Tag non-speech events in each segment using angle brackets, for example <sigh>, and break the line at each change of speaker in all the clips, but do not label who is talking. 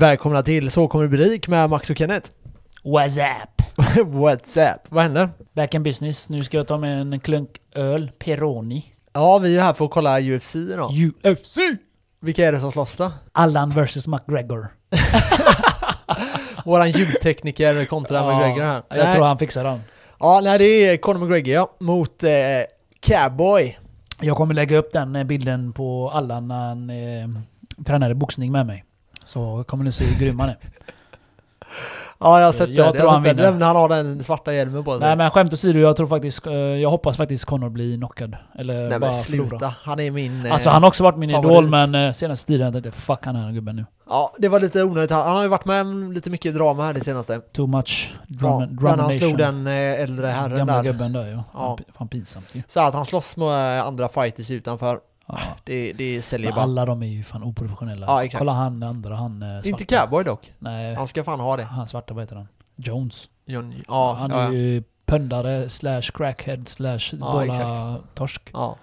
Välkomna till Så kommer du bli rik med Max och Kenneth. <laughs>
What's up?
What's up? Vad händer?
Back in business. Nu ska jag ta med en klunk öl. Peroni.
Ja, vi är ju här för att kolla UFC idag.
UFC!
Vilka är det som slåss då?
Allan vs McGregor.
Våran ljudtekniker <laughs> kontra McGregor här.
Jag
Nej.
tror han fixar den.
Ja, nej det är Conor McGregor ja, mot eh, Cowboy.
Jag kommer lägga upp den eh, bilden på Allan när han eh, tränade boxning med mig. Så kommer ni se hur grym
<laughs>
han är.
Ja, jag har sett
Jag
det.
tror
har
han
sett det.
vinner.
Det är när Han har den svarta hjälmen på sig.
Nej men skämt åsido, jag tror faktiskt... eh, Jag hoppas faktiskt Connor blir knockad. Eller
Nej,
bara
men sluta.
förlorar.
Han är min... eh,
Alltså han har också varit min
Favorit.
idol men eh, senaste tiden har jag tänkte fuck han här gubben nu.
Ja, det var lite onödigt. Han han har ju varit med om lite mycket drama här det senaste.
Too much drum,
Ja,
drum
när han slog
nation.
den eh, äldre herren
Gamla
där.
gubben där ja.
Ja.
ja. Fan pinsamt ju.
Så att han slåss med eh, andra fighters utanför.
Ja.
Det, det säljer
Men
bara.
alla de är ju fan oprofessionella.
Ja, exakt.
Kolla han den andra, han eh, svarta.
Inte cowboy dock.
Nej,
Han ska fan ha det.
han svarta, vad heter han? Jones.
Johnny. Ja,
han
ja,
är
ja.
ju pöndare slash crackhead slash båda
exakt.
torsk.
ja.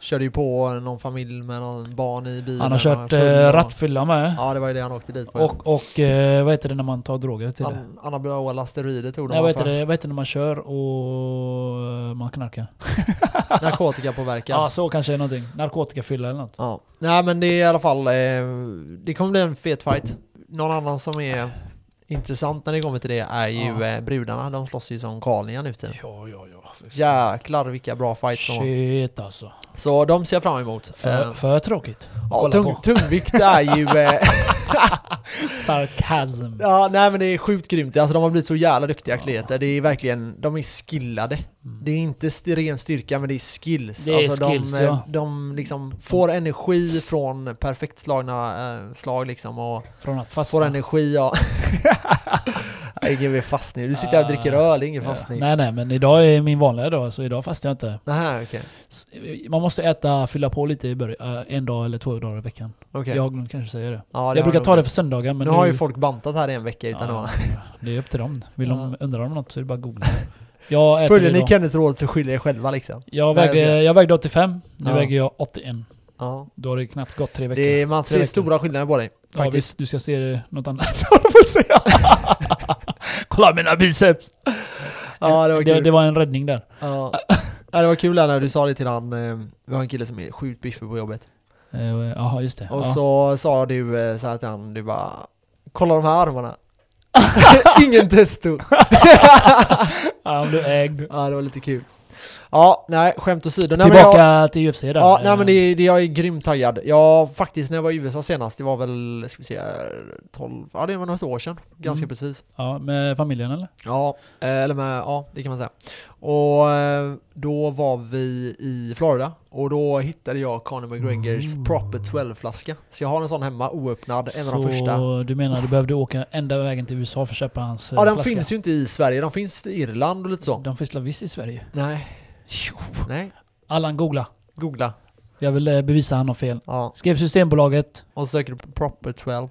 Körde ju på någon familj med någon barn i bilen.
Han har
och
kört
full
eh,
och-
rattfylla med.
Ja, det var ju det han åkte dit på. ja.
Och, och eh, vad heter det när man tar droger till det?
An- Anabola steroider tog de
Nej, vad
han
heter
för.
det? Vad heter det när man kör och eh, man knarkar?
Narkotikapåverkan.
<laughs> Ja, så kanske är någonting. Narkotikafylla eller något.
Ja. Nej men det är i alla fall, eh, det kommer bli en fet fight. Någon annan som är intressant när det kommer till det är ju
Ja.
eh, brudarna. De slåss ju som galningar nu för tiden.
Ja, ja, ja.
Jäklar vilka bra fights de har.
Shit alltså.
Så de ser jag fram emot. Eh,
För, för tråkigt.
ja,
kolla
tung,
på.
tungvikt är
<laughs>
ju... Eh,
Sarkasm.
ja, nej men det är sjukt grymt. Alltså de har blivit så jävla duktiga
Ja.
atleter. Det är verkligen, de är skillade.
Mm.
Det är inte st- ren styrka men det är skills.
Det är
alltså
skills,
de, eh,
ja.
de liksom får energi från perfekt slagna eh, slag liksom och
Från att fasta.
Får energi, ja. <laughs> Det är ingen fastning. Du sitter här och dricker öl, det är ingen fastning.
Nej nej men idag är min vanliga dag så idag fastar jag inte.
Nähä, okej.
S- Man måste äta, fylla på lite i början, eh, en dag eller två dagar i veckan.
Okej.
Jag har glömt kanske säga det.
Ja, det
jag
har
brukar
nog
ta det
blivit.
för söndagar men
Nu har ju folk bantat här i en vecka utan
ja,
att...
Det är upp till dem. Vill de undra om något så är det bara
<laughs>
att googla.
Ja,
Jag
<laughs>
äter
Följer ni
idag.
Kenneths råd så skyller er själva liksom.
Jag
Nej, jag skojar.
vägde, jag vägde 85, nu
Ja.
väger jag 81.
Ja.
Då har det knappt gått tre veckor.
Det är, man
Tre
ser
veckor.
stora skillnader på dig.
Ja
Faktiskt.
visst, du ska se det- något
<laughs>
annat. höll jag på att säga. <laughs> Kolla mina biceps!
Ja, det var
det,
kul.
det var en räddning där.
Ja. <laughs> Ja, det var kul där när du sa det till han, eh, vi har en kille som är sjukt biffig på jobbet.
Eh, Jaha, just det.
Och
Ja.
så sa du eh, så här till han, du bara Kolla de här
<laughs>
armarna. Ingen testo.
<laughs> Ja, om du ägg.
Ja, det var lite kul. Ja, nej, skämt åsido. Nej, men jag-
Tillbaka till UFC där.
Ja, nej men
Eh,
det, det, jag är grymt taggad. Jag faktiskt, när jag var i USA senast, det var väl, ska vi se, 12, ja det var något år sedan, ganska
Mm.
precis.
ja, med familjen eller?
Ja, eh, eller med, ja det kan man säga. Och eh, då var vi i Florida och då hittade jag Conor McGregors
Ooh.
Proper 12-flaska. Så jag har en sån hemma, oöppnad, en av
Så eh,
de första.
du menar du behövde åka ända vägen till USA för att köpa hans eh,
Ja den
flaska?
finns ju inte i Sverige, de finns i Irland och lite så.
De finns väl visst i Sverige?
Nej,
Jo.
nej,
Allan googla.
googla.
Jag vill eh, bevisa han har fel.
Ja,
Skrev Systembolaget.
och söker du på Proper 12.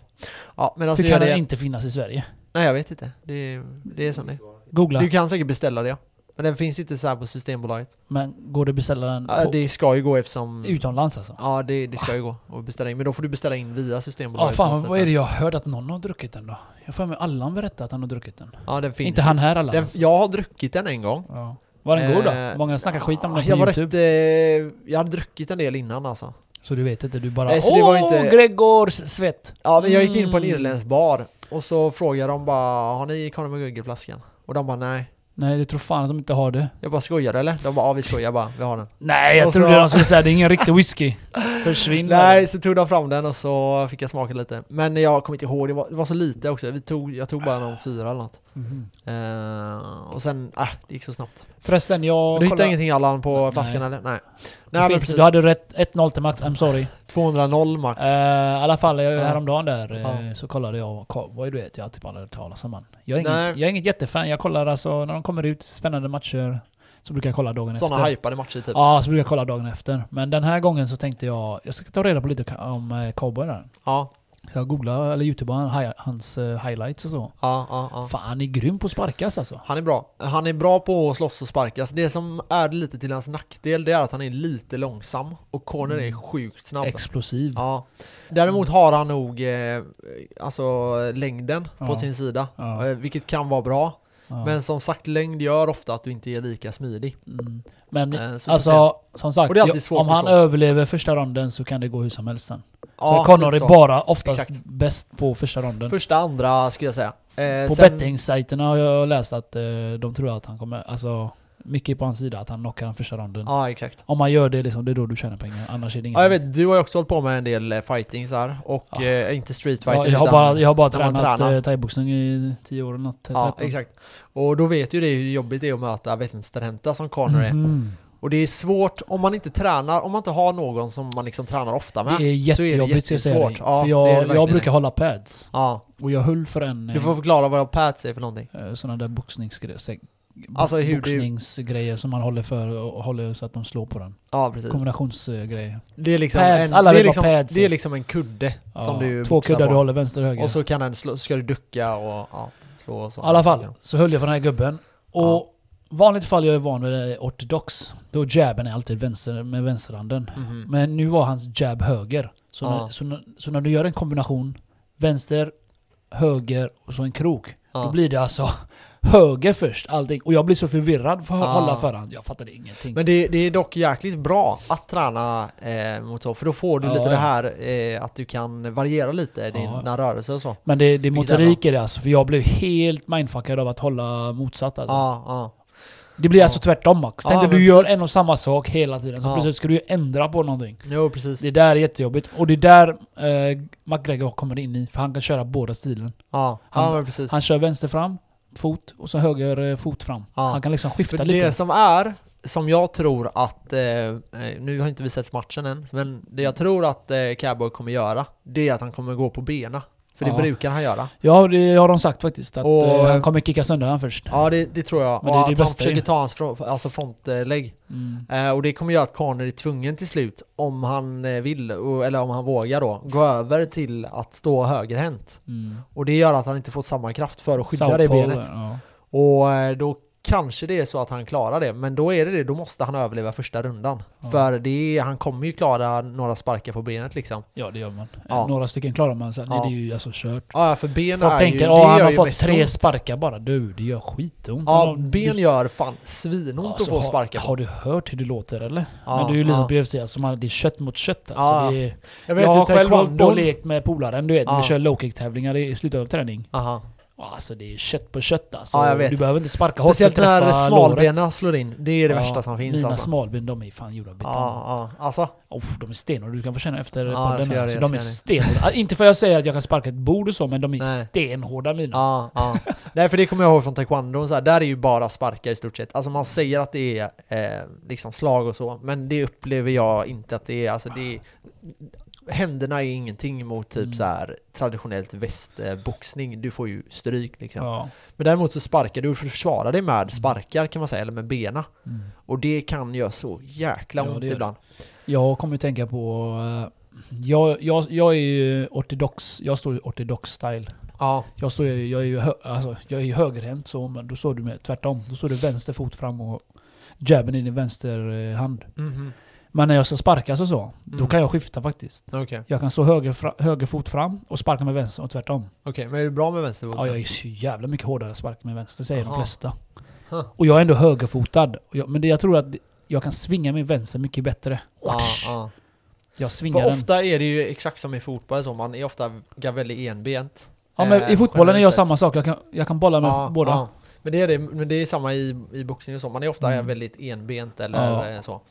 Ja, men alltså
Hur
gör
kan den
det.
inte finnas i Sverige?
Nej jag vet inte, det, det är som det är.
Googla.
Du kan säkert beställa det. Men den finns inte så här på Systembolaget.
Men går det att beställa den
Ja,
på,
det ska ju gå eftersom...
utomlands alltså?
Ja, det, det ska ju gå att beställa in. Men då får du beställa in via
Ja,
Systembolaget. på något
fan
sätt.
vad är det jag hörde att någon har druckit den då? Jag får med Allan berätta att han har druckit den.
Ja, den finns.
Inte han här Allan.
Den,
alltså.
jag har druckit den en gång.
ja. Var den god
Eh,
då? Många snackar skit om den på
jag var
YouTube.
rätt, eh, Jag hade druckit en del innan alltså.
Så du vet inte, du bara
Nej, så
Åh,
det var inte-
Gregors svett!
Ja, men jag gick in på en
Mm.
irländsk bar och så frågade de bara Har ni Conor McGregor-flaskan? Och de bara nej.
Nej, det tror fan att de inte har det.
Jag bara skojar du, eller? De bara ja, vi skojar bara, vi har den.
Nej, jag
Och
trodde
så-
de skulle säga det är ingen riktig <laughs> whisky. Försvinn.
Nej, så tog de fram den och så fick jag smaka lite. Men jag kommer inte ihåg, det var, det var så lite också. Vi tog, jag tog bara någon fyra eller något.
Mhm.
Eh, och sen, äh, det gick så snabbt.
Förresten, jag...
du hittade
kollade-
ingenting Allan på
Nej.
flaskan eller? Nej.
Det
Nej men
finns-
precis.
du hade rätt. 1-0 till Max, I'm <laughs> sorry.
200 max.
Eh, I alla fall, jag,
Ja.
häromdagen där eh,
Ja.
så kollade jag cowboy, du vet. Jag har typ aldrig hört talas om han. Jag är,
Nej.
inget, jag är inget jättefan. Jag kollar alltså, när de kommer ut, spännande matcher, så brukar jag kolla dagen efter.
Sådana hypade matcher typ. Ja.
Ja, så brukar jag kolla dagen efter. Men den här gången så tänkte jag, jag ska ta reda på lite om eh, cowboy där. Så jag googlade, eller youtubade han, hi- hans eh, highlights och så.
Ja, ja, ja.
Fan, han är grym på att sparkas alltså.
Han är bra. Han är bra på att slåss och sparkas. Det som är lite till hans nackdel det är att han är lite långsam och Conor är
Mm.
sjukt snabb.
Explosiv. Ja.
Ja. Däremot har han nog eh, alltså längden på
Ja.
sin sida.
Ja.
Eh, vilket kan vara bra. Men som sagt, längd gör ofta att du inte är lika smidig.
Mm. Men
Eh, så vi får se.
alltså, som sagt,
Och det är alltid
ja,
svårt
om
att
han
slåss.
överlever första ronden så kan det gå hur som helst sen.
Ja,
För Connor
lite så.
är bara oftast
Exakt.
bäst på första ronden.
Första, andra skulle jag säga. Eh,
på
sen-
bettingsajterna har jag läst att eh, de tror att han kommer, alltså mycket på hans sida, att han knockar den första ronden.
Ja, exakt.
Om man gör det liksom, det är då du tjänar pengar. Annars är det inget.
Ja, jag vet, du har ju också hållit på med en del eh, fighting så här. Och
Ja.
eh, inte street
Ja,
fighting,
jag, har
utan-
bara, jag har bara
när man
tränat
tränar.
eh, thaiboxning i 10 år eller något.
Ja,
13.
exakt. Och då vet ju det hur jobbigt det är att möta veterinärhämta som Connor är.
Mhm.
Och det är svårt om man inte tränar, om man inte har någon som man liksom tränar ofta med.
Det är jättejobbigt
så är
ska
det
jag säga
jättesvårt.
dig. För
det är det
jag, jag
verkligen.
brukar hålla pads.
Ja,
Och jag höll för en
du får förklara vad pads är för någonting.
sådana Eh, där boxningsgrejer. se- bo-
Alltså hur du-
boxningsgrejer som man håller för och håller så att de slår på den.
Ja, precis.
Kombinationsgrejer.
Det är liksom,
Pads,
en,
alla
det är
vet vad
liksom,
pads
det är
är.
liksom en kudde
Ja,
som du
två
boxar
kuddar du
på.
håller vänster och höger.
Och så kan den slå, ska du ducka och ja, slå och så.
I alla fall så höll jag för den här gubben. Och
Ja.
vanligt fall jag är van vid det ortodox. Då jabben är alltid vänster med vänsterhanden.
Mhm.
Men nu var hans jab höger. Så,
Ja.
när, så, när, så när du gör en kombination vänster, höger och så en krok.
Ja.
Då blir det alltså <laughs> höger först allting. Och jag blir så förvirrad för att
Ja.
hålla förhand. Jag fattade ingenting.
Men det, det är dock jäkligt bra att träna eh, mot så, för då får du
Ja,
lite
ja.
det här eh, att du kan variera lite dina rörelser och så.
Men det, det är
Vilket är
motorik i det alltså. För jag blev helt mindfuckad av att hålla motsatt alltså.
Ja, ja.
Det blir
Ja.
alltså tvärtom Max. Tänk
Ja,
dig
men
du gör
precis.
en och samma sak hela tiden. Så
Ja.
plötsligt ska du ju ändra på någonting.
Jo, precis.
Det där är jättejobbigt. Och det är där eh, McGregor kommer in i. För han kan köra båda stilen.
Ja,
Han-
ja men precis.
Han kör vänster fram, fot och så höger eh, fot fram.
Ja.
Han kan liksom
För
skifta
det
lite.
som är, som jag tror att, eh, eh, nu har inte vi sett matchen än, men det jag tror att eh, Cowboy kommer göra, det är att han kommer gå på benen. För det
Ja.
brukar han göra.
Ja, det har de sagt faktiskt. Att
Och-
eh, han kommer kicka sönder han först.
Ja, det, det tror jag.
Men
och
det är det
att han
bästa
försöker
ju.
ta hans fro- alltså frontlägg.
Mm.
Eh, och det kommer göra att Connor är tvungen till slut, om han eh, vill, och, eller om han vågar då, gå över till att stå högerhänt.
Mm.
Och det gör att han inte får samma kraft för att skydda det
Southpaw,
benet.
Ja.
Och eh, då kanske det är så att han klarar det, men då är det det, då måste han överleva första rundan.
Ja.
För det är, han kommer ju klara några sparkar på benet liksom.
ja, det gör man.
Ja.
Några stycken klarar man sen.
Ja.
Det är ju alltså kört.
Ja, ja, för ben
Folk
är ju,
tänker
det
att han
gör
har
ju
fått
mest
tre
ont.
sparkar bara. Du, det gör skitont.
Ja,
Om de-
ben gör fan svinont
Alltså,
att få
har-
sparkar på.
Har du hört hur det låter eller?
Ja,
Men det är ju liksom
ja.
på UFC, alltså man, det är kött mot kött.
Ja,
Alltså, det är,
Jag
jag
vet
har
inte,
själv hållit på och
taekwondo...
lekt med polaren, du vet,
Ja.
vi kör low kick tävlingar i i slutet av träning.
Aha.
Alltså det är kött på kött alltså.
Ja, jag vet.
Du behöver inte sparka hårt för att
Speciellt när
träffa låret.
smalbenen slår in, det är det
Ja,
värsta som finns
Mina
alltså.
smalben, de är fan gjorda av betong.
Ja, ja, alltså.
Uff, de är stenhårda, du kan få känna efter
Ja, jag
podden.
ska göra
här.
det,
Alltså,
jag
de är
ska
stenhårda. Ah, Inte för att jag säger att jag kan sparka ett bord och så, men de är
Nej.
stenhårda mina.
Ja, ja.
<laughs>
Nej, för det kommer jag ihåg från taekwondo, så här, där är ju bara sparkar i stort sett. Alltså man säger att det är eh, liksom slag och så, men det upplever jag inte att det är. Alltså det är händerna är ingenting mot typ
Mm.
så här traditionellt västboxning. Du får ju stryk liksom.
Ja.
Men däremot så sparkar du försvarar dig med sparkar kan man säga, eller med bena.
Mm.
Och det kan göra så jäkla
Ja,
ont
det gör det.
ibland.
Jag kommer ju tänka på... eh, jag, jag, jag är ju ortodox, jag står ju ortodox style.
Ja,
Jag, står, ju- jag, är ju hö, alltså, jag är ju högerhänt så, men då står du med tvärtom. Då står du vänster fot fram och jabben i din vänster eh, hand.
mhm.
Men när jag ska sparkas och så, då
Mm.
kan jag skifta faktiskt.
okej.
Jag kan stå höger, fra, höger fot fram och sparka med vänster och tvärtom.
Okej, men är du bra med vänsterfoten?
Ja, jag är så jävla mycket hårdare spark med vänster, säger
Aha.
de flesta.
Huh.
Och jag är ändå högerfotad. Och jag, men det, jag tror att jag kan svinga min vänster mycket bättre.
Ja, ja.
Jag svingar
För
den.
ofta är det ju exakt som i fotboll, så man är ofta väldigt enbent.
Ja, men
eh,
I fotbollen är jag
generellt
samma sak. Jag kan, jag kan bolla med
Ja,
båda.
ja. Men det är, det, men det är samma i, i boxning och så, man är ofta
Mm.
väldigt enbent eller
Ja.
eh, så.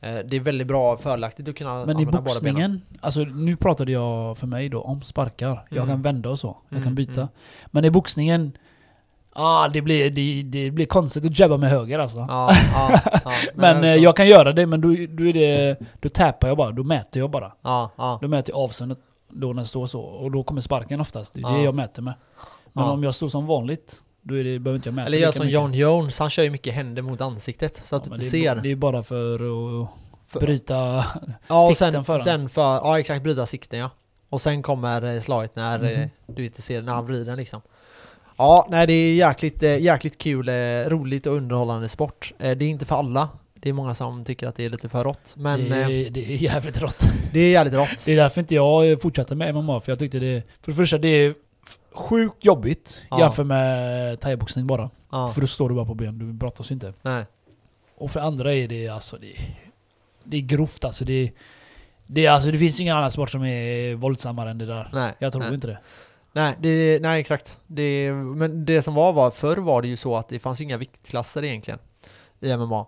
Eh, Det är väldigt bra fördelaktigt att kunna
Men i
använda båda benen.
boxningen, alltså nu pratade jag för mig då om sparkar. Jag
Mm.
kan vända och så. Jag
Mm,
kan byta.
mm.
Men i boxningen, ah, det, blir, det, det blir konstigt att jabba med höger alltså.
Ja, ja, ja.
<laughs> men
jag
eh,
förstår.
jag kan göra det, men då, då, är det, då tappar jag bara. Då mäter jag bara.
Ja, ja.
Då mäter jag avståndet då när den står så. Och då kommer sparken oftast. Det är
Ja.
det jag mäter med. Men
Ja.
om jag står som vanligt, då är det, behöver inte jag mäta
Eller gör
lika
som
mycket.
John Jones, han kör ju mycket händer mot ansiktet så att
Ja,
du
men
inte
det är,
ser.
bo- Det är bara för att
För-
bryta...
ja, och
sikten
sen,
för den.
sen för, ja exakt, bryta sikten ja. Och sen kommer eh, slaget när eh,
Mhm.
du inte ser när han vrider liksom. Ja, nej det är jäkligt, eh, jäkligt kul, eh, roligt och underhållande sport. Eh, Det är inte för alla. Det är många som tycker att det är lite för rått. Men
det,
eh,
är, det är jävligt rått.
det är jävligt rått.
Det är därför inte jag eh, fortsatte med MMA, för jag tyckte det... För det första, det är f- sjukt jobbigt
Ja.
jämfört med thaiboxning bara.
Ja,
För då står du bara på ben, du brottas ju inte.
nej.
Och för andra är det alltså... Det, det är grovt alltså. Det, det, är- alltså. det finns ju ingen annan sport som är våldsammare än det där.
nej
Jag tror
nej.
inte det.
Nej, det, nej exakt. Det, men det som var var, förr var det ju så att det fanns ju inga viktklasser egentligen i MMA.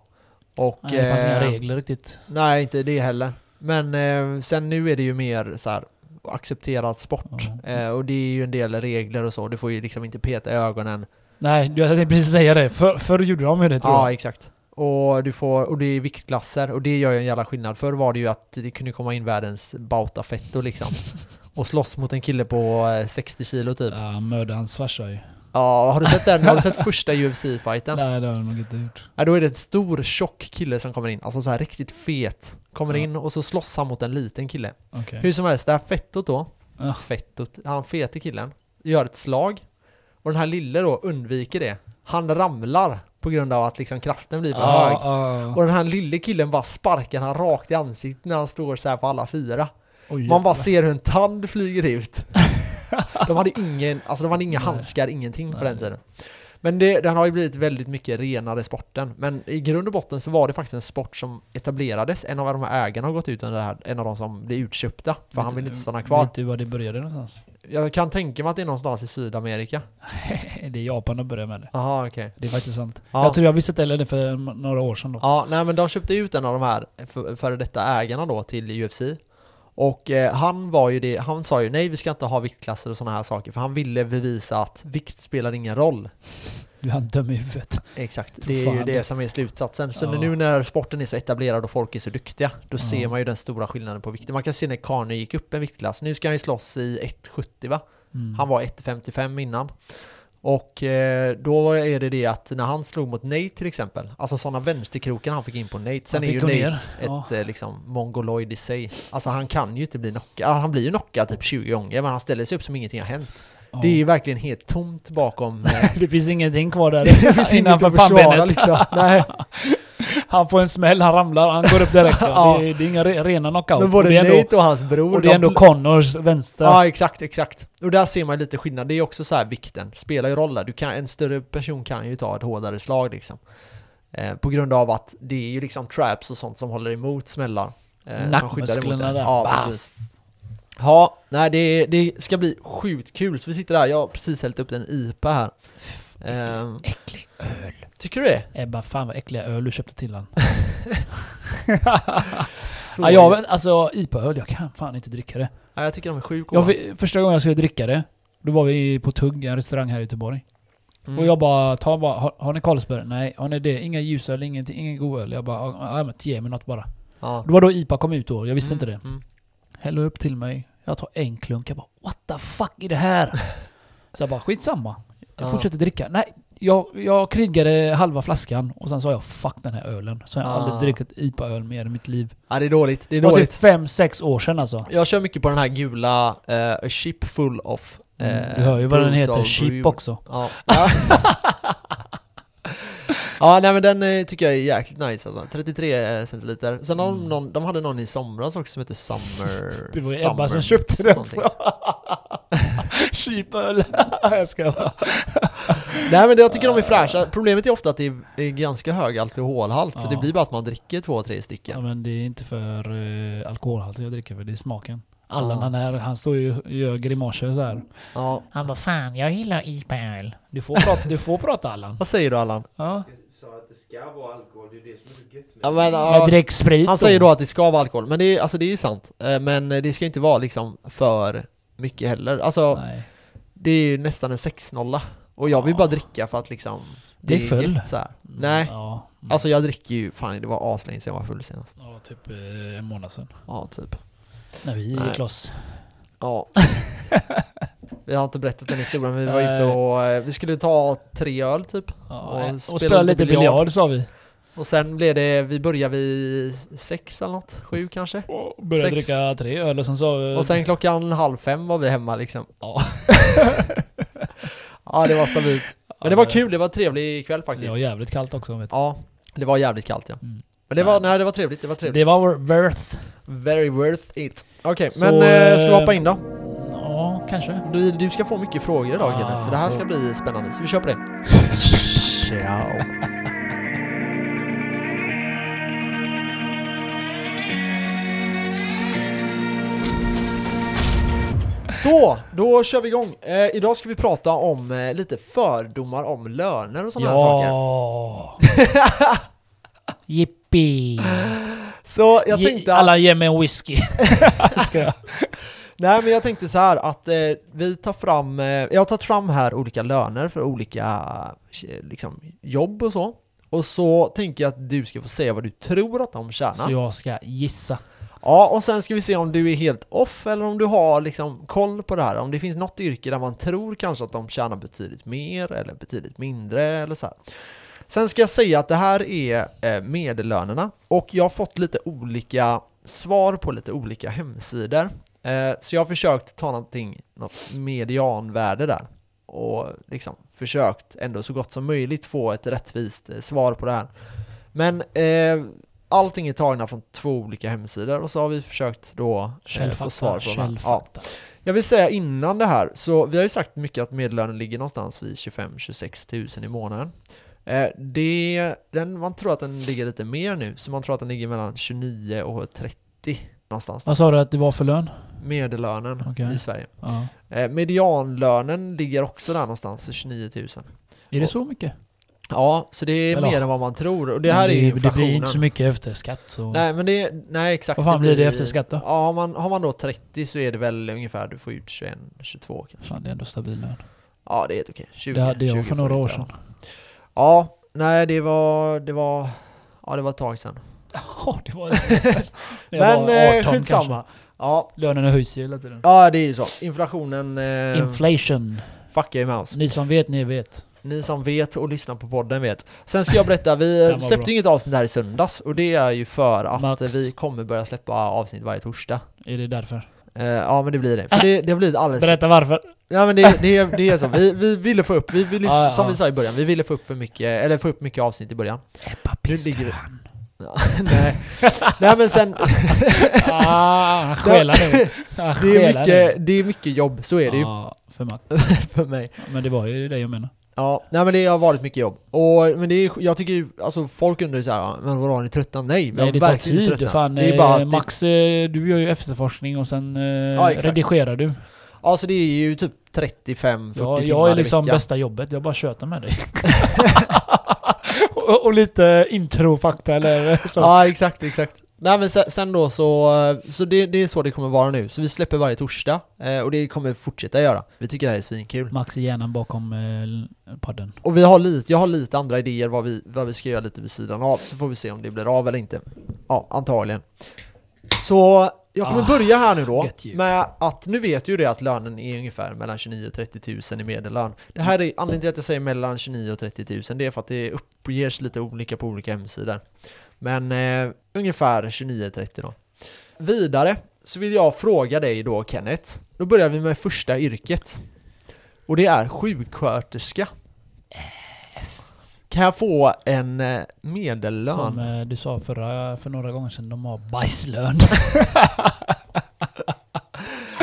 Och,
Nej, det fanns inga
eh,
regler riktigt.
Nej, inte det heller. Men eh, sen nu är det ju mer så här accepterad sport.
Ja.
Eh, och det är ju en del regler och så. Du får ju liksom inte peta i ögonen.
Nej, du- jag tänkte precis säga det. För, förr gjorde de ju det tror
Ja,
jag.
exakt. Och, du får, och det är viktklasser och det gör ju en jävla skillnad. Förr var det ju att det kunde komma in världens bautafetto
<laughs>
liksom. och slåss mot en kille på eh, 60 kilo typ.
Ja, mördade hans farsa ju.
Ja, har du sett den? Har du sett
<laughs>
första UFC-fighten?
Nej, det har jag nog inte gjort.
Ja, då är det en stor tjock kille som kommer in, alltså så här riktigt fet. Kommer
Ja.
in och så slåss han mot en liten kille.
Okej.
Hur som helst, det här fettot då,
Ja.
fettot, han fete killen, gör ett slag. Och den här lille då undviker det. Han ramlar på grund av att liksom kraften blir för hög.
ah.
Och den här lille killen bara sparkar han rakt i ansiktet när han står så här på alla fyra.
Oj,
Man bara
jävlar.
ser hur en tand flyger
<laughs>
ut. De hade ingen, alltså de hade inga
Nej.
handskar, ingenting på
Nej.
den tiden. Men det, den har ju blivit väldigt mycket renare sporten. Men i grund och botten så var det faktiskt en sport som etablerades. En av de här ägarna har gått ut under det här, en av de som blev utköpta. För han
Vet-
vill inte stanna kvar.
Vet du var det började någonstans? <laughs>
Jag kan tänka mig att det är någonstans i Sydamerika.
det är Japan de började med det.
Jaha, okej.
Det är faktiskt sant.
Ja.
Jag tror jag visste det eller det för några år sedan då.
Ja, nej men de köpte ut en av de här f- före detta ägarna då till UFC. Och eh, han var ju det, han sa ju nej vi ska inte ha viktklasser och sådana här saker för han ville bevisa att vikt spelar ingen roll.
Du han döm i huvudet.
Exakt,
Tror
det är
fan
ju
det.
det som är slutsatsen. Så
Ja. Mm.
nu när sporten är så etablerad och folk är så duktiga, då ser
Ja.
man ju den stora skillnaden på vikten. Man kan se när Kanu gick upp en viktklass, nu ska han ju slåss i 1,70 va?
Mm.
Han var 1,55 innan. Och eh, då är det det att när han slog mot Nate till exempel, alltså sådana vänsterkrokar han fick in på Nate, sen är
fick
ju
gå
Nate
ner,
ett
ja.
eh, liksom mongoloid i sig. Alltså han kan ju inte bli knockad, Ah, han blir ju knockad typ 20 gånger men han ställer sig upp som ingenting har hänt.
Ja.
Det är ju verkligen helt tomt bakom, eh,
<laughs> det finns ingenting kvar
<laughs>
där.
det finns inget
<laughs> Innanför
att försvara
pannbenet. <laughs>
liksom. Nej.
Han får en smäll, han ramlar, han går upp
<laughs>
direkt.
Ja.
det, är, det är inga re, rena knockout.
Men
Och det
både
är ändå,
Nate och hans bror,
och det är ändå
de-
Connors vänster.
Ja, exakt, exakt. Och där ser man lite skillnad. Det är också så här vikten spelar ju roll där. Du kan, en större person kan ju ta ett hårdare slag liksom. Eh, på grund av att det är ju liksom traps och sånt som håller emot smällar. Eh, som skyddar emot
Nackmusklerna
det.
där.
Ja,
Bah!
precis. Ja, nej det, det ska bli sjukt kul. Så vi sitter där, jag har precis hällt upp en IPA här. Ehm,
Äcklig öl.
tycker du det?
Ebba, fan vad äckliga öl du
<laughs>
köpte till han.
Så,
ja, jag, vet- alltså IPA-öl, jag kan fan inte dricka det.
ja, jag tycker de är sjukt goda.
Jag, fi- första gången jag skulle dricka det, då var vi på Tugg, en restaurang här i Göteborg.
Mm.
Och jag bara, ta bara har, har ni Carlsberg? Nej. Har ni det? Inga ljusöl, ingenting, ingen god öl? Jag bara, "Ja, ja men ge mig något bara.
ja.
Det var då IPA kom ut då, jag visste inte det.
Mm, mm.
Häller upp till mig, jag tar en klunk, jag bara what the fuck är
<laughs>
det här? Så jag bara, skitsamma. Jag
Ja.
fortsätter dricka. Nej, jag, jag krigade halva flaskan och sen sa jag fuck den här ölen. Så jag har
Ah.
aldrig druckit IPA-öl mer i mitt liv.
Ja, det är dåligt. Det är
Det var
dåligt.
typ 5-6 år sedan alltså.
Jag kör mycket på den här gula eh, A Ship Full of
Mm,
eh,
du hör ju vad den
Brutal
heter,
Brew.
Cheap också.
Ja. <laughs> ja, nej men den eh, tycker jag är jäkligt nice alltså. 33 centiliter. Sen har de
Mm.
någon, de hade någon i somras också som heter Summer...
Det var ju
Summer
Ebba som
Mix
köpte det
eller
också.
någonting. <laughs>
Cheapöl. jag ska bara.
Nej men det, jag tycker
<laughs>
de är fräscha. Problemet är ofta att det är, är ganska hög alkoholhalt så
Ja.
det blir bara att man dricker två, tre
Ja
stycken.
men det är inte för uh, alkoholhalten jag dricker för det är smaken. Allan
Ja.
han är, han står ju och gör grimaser så här.
Ja.
Han bara fan jag gillar IPA-öl. Du får prata, du får prata Allan.
Vad säger du Allan?
Ja.
sa att det ska vara alkohol, det är ju det som är så gött med
Ja, men, ja,
Men drick sprit
Han säger då att det ska vara alkohol, men det är, alltså det är ju sant. Eh, Men det ska ju inte vara liksom för mycket heller. Alltså
Nej.
det är ju nästan en 6-0 och jag vill
Ja.
bara dricka för att liksom
Det är full. Mm.
gött så här. Nej,
Ja.
alltså jag dricker ju, fan det var aslänge sedan jag var full senast.
Ja, typ eh, en månad sedan.
Ja, typ.
När vi
Nej.
gick loss. <laughs>
Ja. Vi har inte berättat den historien, men vi var
Nej.
ute och eh, vi skulle ta tre öl typ.
Ja,
Och
och,
spela
spela
lite
lite
biljard.
biljard sa vi.
Och sen blev det, vi började vid sex eller något, sju kanske.
Och Började
Sex.
dricka tre öl och sen så...
Och sen klockan halv fem var vi hemma liksom.
Ja.
<laughs> Ja, det var stabilt. Men det var kul, det var en trevlig kväll
Det
faktiskt.
var jävligt kallt också vet
Ja, det var jävligt kallt ja.
Mm.
Men det var, nej det var trevligt, det var
du.
trevligt.
Det var worth.
Very worth it. Okej,
Så,
men eh, ska vi hoppa
eh,
in då?
Ja, kanske.
Du, du ska få mycket frågor idag
Ah,
Kenneth, så det här ska bli spännande. Så vi kör på det. <laughs> Ciao. Så, då kör vi igång. Eh, idag ska vi prata om eh, lite fördomar om löner och sådana här saker.
Ja. Jippi.
Så jag
Ge-
tänkte... att-
Alla ger mig en whisky. <laughs> Ska jag?
Nej men jag tänkte så här att eh, vi tar fram, eh, jag har tagit fram här olika löner för olika eh, liksom, jobb och så. Och så tänker jag att du ska få säga vad du tror att de
Så
tjänar.
jag ska gissa.
Ja, och sen ska vi se om du är helt off eller om du har liksom koll på det här. Om det finns något yrke där man tror kanske att de tjänar betydligt mer eller betydligt mindre eller så här. Sen ska jag säga att det här är eh, medellönerna och jag har fått lite olika svar på lite olika hemsidor. Eh, Så jag har försökt ta någonting, något medianvärde där och liksom försökt ändå så gott som möjligt få ett rättvist eh, svar på det här. Men eh, allting är tagna från två olika hemsidor och så har vi försökt då eh, få svar på
Källfattar,
de här. Ja.
källfattar.
Jag vill säga innan det här, så vi har ju sagt mycket att medellönen ligger någonstans vid 25-26 tusen i månaden. Eh, Det, den, man tror att den ligger lite mer nu, så man tror att den ligger mellan 29 och 30 någonstans. där.
Vad sa du att det var för lön?
Medellönen
Okej.
i Sverige.
Ja.
Eh, Medianlönen ligger också där någonstans, så 29 000.
Är det så mycket?
Ja, så det är
Eller-
mer än vad man tror. Och det här är ju
det, det
inflationen.
blir inte så mycket efter skatt. Så.
Nej, men det, nej exakt.
Vad fan blir det efter skatt då?
Ja, har man, har man då 30 så är det väl ungefär, du får ut 21-22 kanske.
Fan, det är ändå stabil lön.
Ja, det är helt okej. 20,
Det hade
20
jag för några
får
år
du inte,
sedan. <laughs>
ja. Ja, nej det var, det var, ja det var ett tag sedan.
Ja, det var det. När jag
Men
var 18
eh, skitsamma.
kanske.
Ja.
Lönerna höjs ju hela tiden.
ja, det är ju så. Inflationen eh,
Inflation.
fuckar ju med oss.
Ni som vet, ni vet.
Ni som vet och lyssnar på podden vet. Sen ska jag berätta, vi
<laughs> var
släppte
bra.
ju inget avsnitt här i söndags och det är ju för att
Max.
vi kommer börja släppa avsnitt varje torsdag.
Är det därför?
Eh, ja men det blir det. För det, det har blivit alldeles
Berätta varför.
Ja men det, det, är- det är så, vi, vi ville få upp, vi ville,
Ja, ja,
som
ja.
vi sa i början, vi ville få upp för mycket, eller få upp mycket avsnitt i början.
Ebba
Nu ligger det-
piskar han.
Ja, nej. nej men sen,
Ah, han skälar nu.
det
Han
är,
skälar nu.
mycket, det är mycket jobb, så är det ju
Ja, för Mac.
för mig.
Men det var ju det jag menade.
Ja, nej men det har varit mycket jobb. Och, men det är, jag tycker ju, alltså folk undrar ju såhär, "Ja, men vadå, har ni tröttnat? Nej, vi
Nej,
har
det tar
verkligen inte
tid.
tröttnat.
Fan,
det är bara
bara
att det,
Max, eh, du gör ju efterforskning och sen eh,
exakt.
redigerar du.
alltså det är ju typ 35-40
Jag,
timmar
jag är
i
liksom
veckan.
bästa jobbet, jag bara tjötar med dig. och, och lite introfakta eller så.
Ja exakt, exakt. Nej men se- sen då så, så det, det är så det kommer vara nu. Så vi släpper varje torsdag eh, och det kommer vi fortsätta göra. Vi tycker det här är svinkul.
Max är hjärnan bakom eh, podden.
Och vi har lite, jag har lite andra idéer vad vi, vad vi ska göra lite vid sidan av, så får vi se om det blir av eller inte. Ja, antagligen. Så jag kommer
Ah,
börja här nu då
gött ljud.
med att nu vet ju det att lönen är ungefär mellan 29 och 30 000 i medellön. Det här är anledningen till att jag säger mellan 29 och 30 000, det är för att det uppges lite olika på olika hemsidor. Men eh, ungefär 29-30 då. Vidare så vill jag fråga dig då Kenneth. Då börjar vi med första yrket. Och det är sjuksköterska. Kan jag få en eh, medellön?
Som eh, du sa förra, för några gånger sedan, de har
<laughs>
bajslön.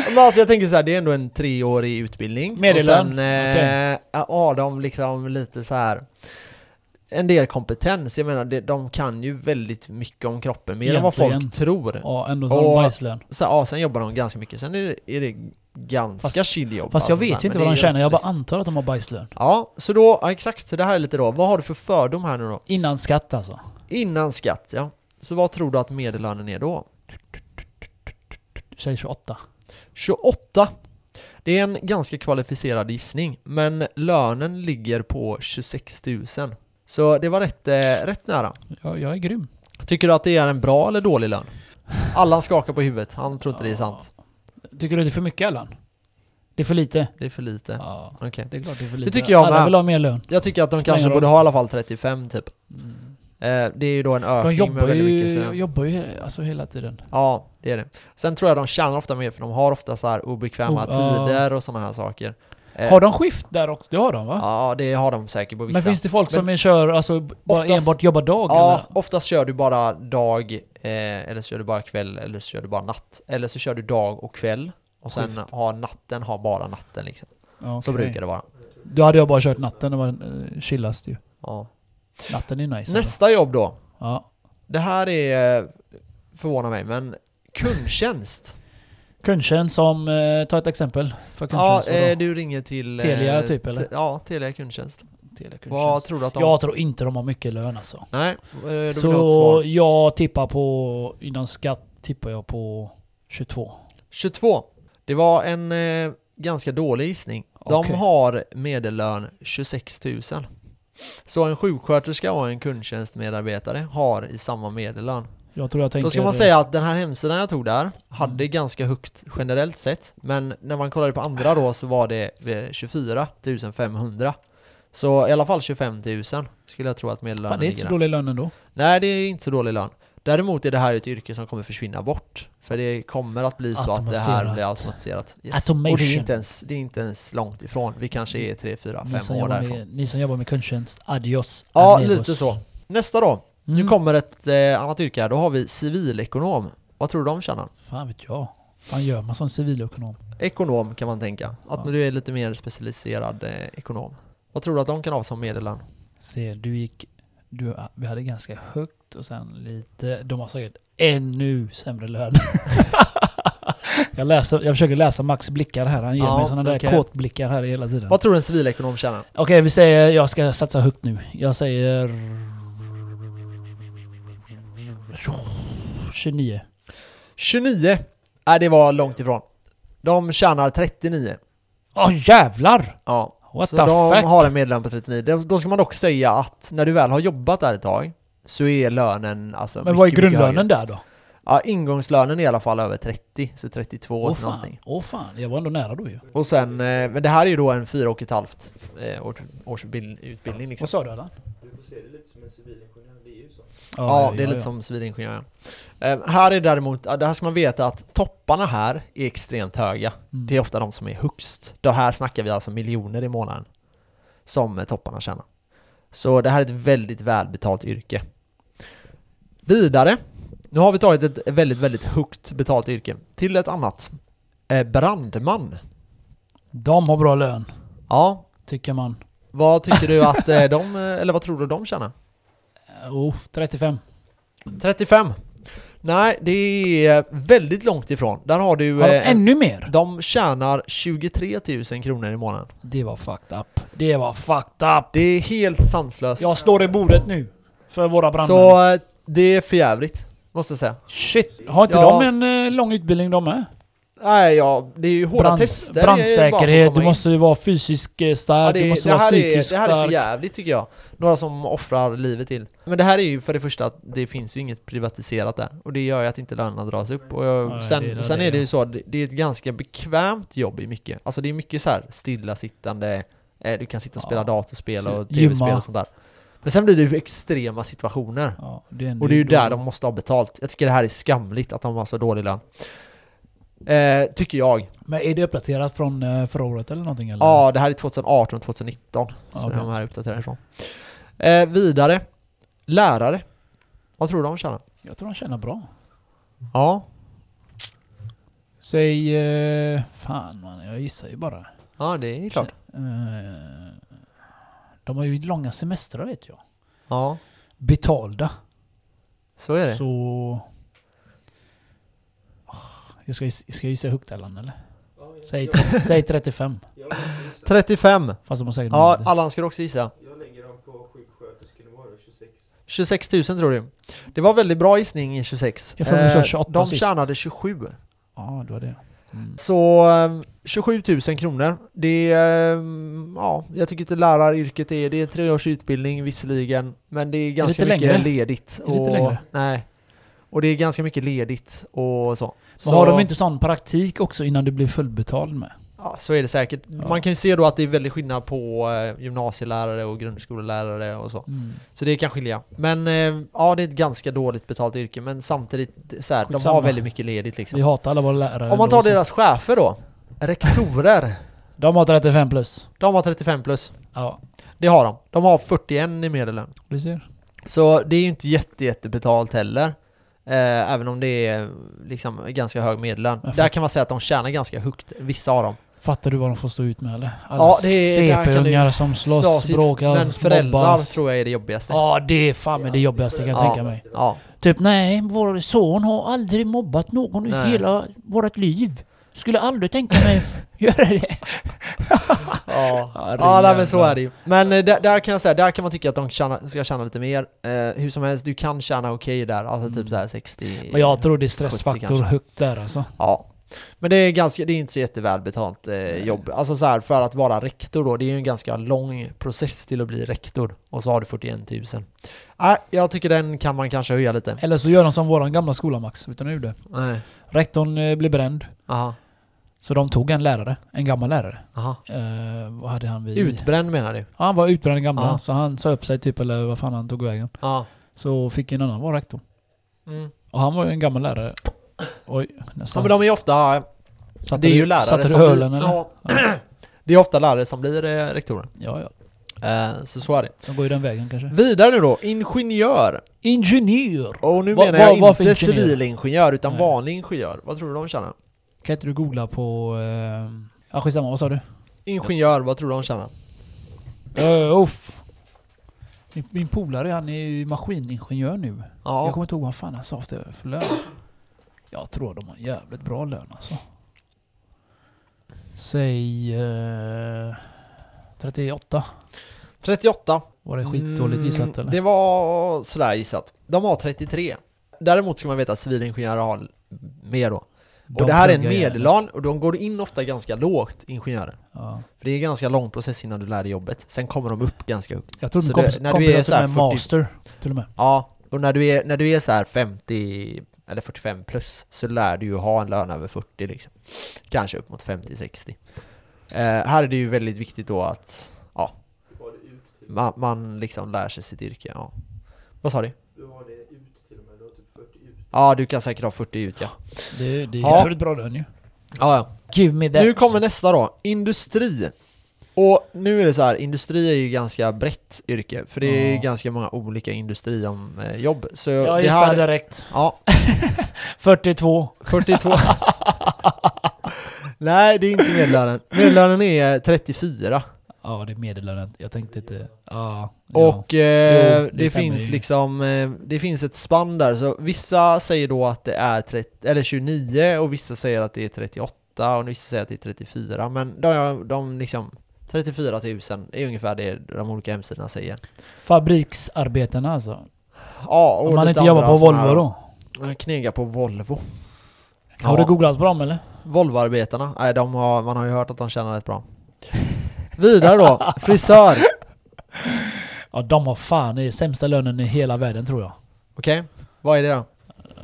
Men alltså jag tänker så här, det är ändå en treårig utbildning.
Medellön?
Och sen eh,
Okej.
har de liksom lite så här en del kompetens. Jag menar, det- de kan ju väldigt mycket om kroppen, mer än vad folk
Egentligen.
tror.
Ja, ändå har de
Och-
bajslön.
Så, ja, sen jobbar de ganska mycket, sen är det, är det ganska
Fast-
chill jobb.
Fast jag
alltså, så här,
vet ju inte
men
vad de
det är
tjänar, jag bara
rätt
antar att de har bajslön.
stress. Ja, så då, ja, exakt, så det här är lite då, vad har du för fördom här nu då?
Innan skatt alltså.
Innan skatt, ja. Så vad tror du att medellönen är då?
Du säger 28.
28. Det är en ganska kvalificerad gissning, men lönen ligger på 26 000. Så det var rätt, eh, rätt nära.
Jag, jag är grym.
Tycker du att det är en bra eller dålig lön? Allan skakar på huvudet, han tror inte det är sant.
Tycker du att det är för mycket Allan? Det är för lite?
Det är för lite.
Ja,
Okej.
det är klart det är för lite.
tycker jag
Alla
med. Mm.
vill ha mer lön.
Jag tycker att de
Spelar ingen
kanske
roll.
borde ha i alla fall 35 typ.
Mm.
Eh, det är ju då en
De
ökning med
jobbar
väldigt mycket.
ju,
Så,
jobbar ju alltså hela tiden.
ja, det är det. Sen tror jag de tjänar ofta mer för de har ofta så här obekväma
Oh, ja.
tider och sådana här saker. Eh,
Har de skift där också? Det har de va?
Ja, det har de säkert på vissa.
Ah. Men finns det folk som kör, alltså bara
Oftast-
enbart jobbar dag
Ja,
eller?
oftast kör du bara dag, eh, eller så kör du bara kväll, eller så kör du bara natt. Eller så kör du dag och kväll, och sen
Skift.
har natten, har bara natten liksom.
Ja,
Så
okej.
brukar det vara.
Då hade jag bara kört natten, det var eh, chillast ju.
Ja.
Natten är nice.
Nästa jobb då.
ändå. Ja.
Det här är, eh, förvånar mig, men kundtjänst.
Kundtjänst som, eh, ta ett exempel. För
ja,
kundtjänst,
eh,
vadå?
du ringer till... eh,
Telia typ,
te-
eller?
Ja, Telia kundtjänst.
Telekundtjänst.
Vad tror du att de...
Jag tror inte de har mycket lön alltså.
Nej, eh, då vill jag ha ett
Så
svar.
jag tippar på, innan skatt tippar jag på 22.
22. Det var en eh, ganska dålig gissning. De
Okej.
har medellön 26 000. Så en sjuksköterska och en kundtjänstmedarbetare har i samma medellön.
Jag tror jag tänker...
Då ska man säga att den här hemsidan jag tog där hade ganska högt generellt sett Men när man kollade på andra då så var det eh, 24 500 Så i alla fall 25 000 skulle jag tro att
Fan,
medellönen
det är inte
ligger
så
där.
dålig lön ändå.
Nej det är inte så dålig lön Däremot är det här ett yrke som kommer försvinna bort För det kommer att bli så att det här
Automatiserat.
blir automatiserat yes. Och
Automation.
det är, inte ens, det är inte ens långt ifrån Vi kanske är 3, 4,
Ni
5
som,
år
jobbar
därifrån
med, ni som jobbar med kundtjänst, adios.
Ja
amigos.
lite så Nästa då
Mm.
Nu kommer ett eh, annat yrke här Då har vi civilekonom Vad tror du de tjänar?
Fan vet jag. Fan gör man som civilekonom?
Ekonom kan man tänka. Att
Ja.
du är lite mer specialiserad eh, ekonom. Vad tror du att de kan ha som medellön?
Se, du gick... Du, ah, vi hade ganska högt och sen lite... De har säkert ännu
<laughs>
sämre lön. jag, läser, jag försöker läsa Max blickar här. Han ger
Ja,
mig sådana
okej.
där kåtblickar här hela tiden.
Vad tror du en civilekonom tjänar?
Okej, vi säger... Jag ska satsa högt nu. Jag säger... 29.
29! Nej, Äh, det var långt ifrån. De tjänar 39.
Åh jävlar!
Ja.
What
så
the
de
fuck?
har en medellön på 39. Då- Då ska man dock säga att när du väl har jobbat där ett tag så är lönen alltså
Men vad är
mycket, mycket
grundlönen
högre.
där då?
Ja, ingångslönen är i alla fall över 30, så 32
Åh fan.
någonting.
Åh fan, jag var ändå nära då ju.
Och sen, eh, men det här är ju då en fyra och ett halvt eh, års, års bil- utbildning liksom.
Vad sa du Allan?
Du får se det lite som en civilingenjör, det är ju så.
Ja, det är lite som civilingenjören. Eh, här är däremot, ja, det här ska man veta att topparna här är extremt höga.
Mm.
Det är ofta de som är högst. Det här snackar vi alltså miljoner i månaden som eh, topparna tjänar. Så det här är ett väldigt välbetalt yrke. Vidare, nu har vi tagit ett väldigt, väldigt högt betalt yrke till ett annat. Eh, brandman.
De har bra lön,
Ja,
tycker man.
vad tycker du att eh, de, eh, eller vad tror du de tjänar?
Eh, Oh, 35.
35. Nej, det är väldigt långt ifrån. Där har du...
Har de
eh,
ännu mer?
de tjänar 23 000 kronor i månaden.
Det var fucked up. Det var fucked up.
Det är helt sanslöst.
Jag står i bordet nu. För våra brandmän.
Så eh, det är för jävligt, måste jag säga.
Shit, har inte
Ja.
de en eh, lång utbildning de med?
Nej, ja, det är ju hårda
Brand-
tester. det är bara för att
brandsäkerhet,
komma
du
in.
måste ju vara fysisk eh, stark,
Ja, det,
du
är-
måste
det,
vara
här
psykisk
är, det här är
stark.
för jävligt tycker jag. Några som offrar livet till. Men det här är ju för det första att det finns ju inget privatiserat där. Och det gör ju att inte lönerna dras upp. Och jag,
Nej,
sen
det är det
sen
det
är det
är.
ju så, att det, det är ett ganska bekvämt jobb i mycket. Alltså det är mycket så här stillasittande, eh, du kan sitta och spela
Ja.
datorspel och
Så-
tv-spel
gymma.
och sånt där. Men sen blir det ju extrema situationer.
Ja, det är ändå
Och det är ju
dåligt.
där de måste ha betalt. Jag tycker det här är skamligt att de har så dålig lön. Eh, tycker jag.
Men är det uppdaterat från eh, förra året eller någonting? Eller?
Ja, det här är 2018, 2019.
Ja,
Så
okej.
de här uppdaterar ifrån. Eh, vidare. Lärare. Vad tror du de tjänar?
Jag tror de tjänar bra.
Ja.
Säg... Eh, fan man, jag gissar ju bara.
Ja, det är klart.
Eh, de har ju långa semestrar vet jag.
Ja,
Betalda.
så är det.
Så... Ah, Jag ska, giss- ska jag gissa högt Allan eller?
Ja, jag,
Säg,
<laughs>
jag,
säg 35.
jag, lägger-
35.
Fast de har säkert
Ja,
mindre.
Allan ska du också gissa.
jag lägger dem på sjuksköterskenivå då, 26.
26 000 tror du. Det var väldigt bra gissning i 26.
Jag får mig så 28
de
sist.
tjänade 27.
Ja, det var det. Mm.
Så eh, 27 000 kronor. Det är, eh, ja, jag tycker inte läraryrket är, det är tre års utbildning visserligen, men det är ganska
lite
mycket
längre?
ledigt.
Är det lite längre?
Nej. Och det är ganska mycket ledigt och så.
Men
så
har de inte sån praktik också innan du blir fullbetald med?
Ja, Ja, så är det säkert.
Ja.
Man kan ju se då att det är väldigt skillnad på eh, gymnasielärare och grundskolelärare och så.
Mm.
Så det kan skilja. Men eh, ja, det är ett ganska dåligt betalt yrke, men samtidigt, det- så här, de
Skitsamma.
har väldigt mycket ledigt
Vi
liksom.
hatar alla våra lärare.
Om man
då,
tar
så-
deras chefer då, rektorer,
De har 35 plus.
de har 35 plus.
Ja,
Det har de. De har 41 i medellön.
du ser.
Så det är ju inte jätte, jättebetalt heller. Eh, även om det är eh, liksom ganska hög medellön.
Men fan.
Där kan man säga att de tjänar ganska högt, vissa av dem.
Fattar du vad de får stå ut med eller? Alla
Ja, det är- där kan det ju
CP-ungar som slåss,
Slåss i-
bråkar,
Men föräldrar
mobbas.
tror jag är det jobbigaste.
Ja, det är fan med det jobbigaste kan jag
Ja.
tänka mig.
Ja.
Typ nej, vår son har aldrig mobbat någon
Nej.
i hela vårt liv. Skulle aldrig tänka mig <laughs> göra det.
Ja,
<laughs> Ja, det är
ja nej, men så
jävla-
är det ju. Men eh, där, där kan jag säga, där kan man tycka att de tjäna, ska tjäna lite mer. Eh, hur som helst, du kan tjäna okej där, alltså
Mm.
typ såhär 60...
Men jag tror det är
70
stressfaktor
kanske.
högt där alltså.
Ja. Men det är, ganska, det är inte så jättevälbetalt eh, jobb. Alltså så här, för att vara rektor då, det är ju en ganska lång process till att bli rektor. Och så har du 41 000. Nej, jag tycker den kan man kanske höja lite.
Eller så gör de som våran gamla skola Max, utan nu det.
Nej.
Rektorn eh, blev bränd.
Aha.
Så de tog en lärare, en gammal lärare.
Aha.
Eh, vad hade han vid?
Utbränd menar du?
Ja, han var utbränd gammal,
Ja.
så han sa upp sig typ, eller vad fan han tog vägen.
Ja.
Så fick en annan vara rektor.
Mm.
Och han var ju en gammal lärare. Oj,
ja
nästan.
men de är ju ofta...
satte
det är
du-
ju lärare
Satte du
som
ölen
blir,
eller? Ja.
Ja. Det är ofta lärare som blir eh, rektorer.
ja, ja.
Eh, så så är det.
De går ju den vägen kanske.
Vidare nu då, ingenjör.
Ingenjör!
Och nu
Vad-
menar
vad-
jag
vad för
inte
ingenjör?
civilingenjör utan
Nej.
vanlig ingenjör. Vad tror du de tjänar?
Kan inte du googla på... Eh, ja, skitsamma, vad sa du?
Ingenjör, vad tror du de tjänar?
Uh, uff. Min, min polare, han är ju maskiningenjör nu. Jag
Ja,
kommer inte ihåg vad fan han sa för för lön. Jag tror de har en jävligt bra lön alltså. Säg... Eh, 38.
38.
Var det skitdåligt gissat
Mm,
eller?
Det var sådär gissat. De har 33. Däremot ska man veta att civilingenjörer har mer då.
De
och det här är en
pluggar jävligt.
medellön och de går in ofta ganska lågt, ingenjörer.
Ja.
För det är ganska lång process innan du lär dig jobbet. Sen kommer de upp ganska högt.
Jag tror de
Så
kom,
det- när
kom
du
till
är
att de
så här
är
40
master till och med.
Ja, och när du är, när du är så här 50 eller 45 plus så lär du ju ha en lön över 40 liksom. Kanske upp mot 50-60. Eh, här är det ju väldigt viktigt då att
Du har det ut till,
man, man liksom lär sig sitt yrke. Ja. Vad sa du?
du har det ut till och med. Du har typ 40 ut.
Ja, du kan säkert ha 40 ut ja.
Det, det är
Ja.
jävligt bra lön ju.
ja, ja.
Give me that.
Nu kommer nästa då, industri. Och nu är det så här, industri är ju ganska brett yrke, för det är
Ja.
ju ganska många olika industrijobb. Så
Jag
det
gissar
här,
direkt.
ja,
42.
42 <laughs> Nej, det är inte medellönen. Medellönen är 34.
Ja, det är medellönen. Jag tänkte inte... Ja.
Och eh,
Jo, det
det,
stämmer
finns
ju.
liksom, eh, det finns ett spann där. Så vissa säger då att det är 30, eller 29 och vissa säger att det är 38 och vissa säger att det är 34. Men de, de liksom, 34 000 är ungefär det de olika hemsidorna säger.
ja. Fabriksarbetarna alltså.
Ja, och
Om man
lite
inte jobbar
andra
på
såna här
Volvo då?
Knega på Volvo.
Har du
Ja.
googlat på dem eller?
Volvoarbetarna, nej de har, man har ju hört att de tjänar rätt bra. Vidare då, frisör.
Ja, de har fan det är sämsta lönen i hela världen tror jag.
Okej, vad är det då?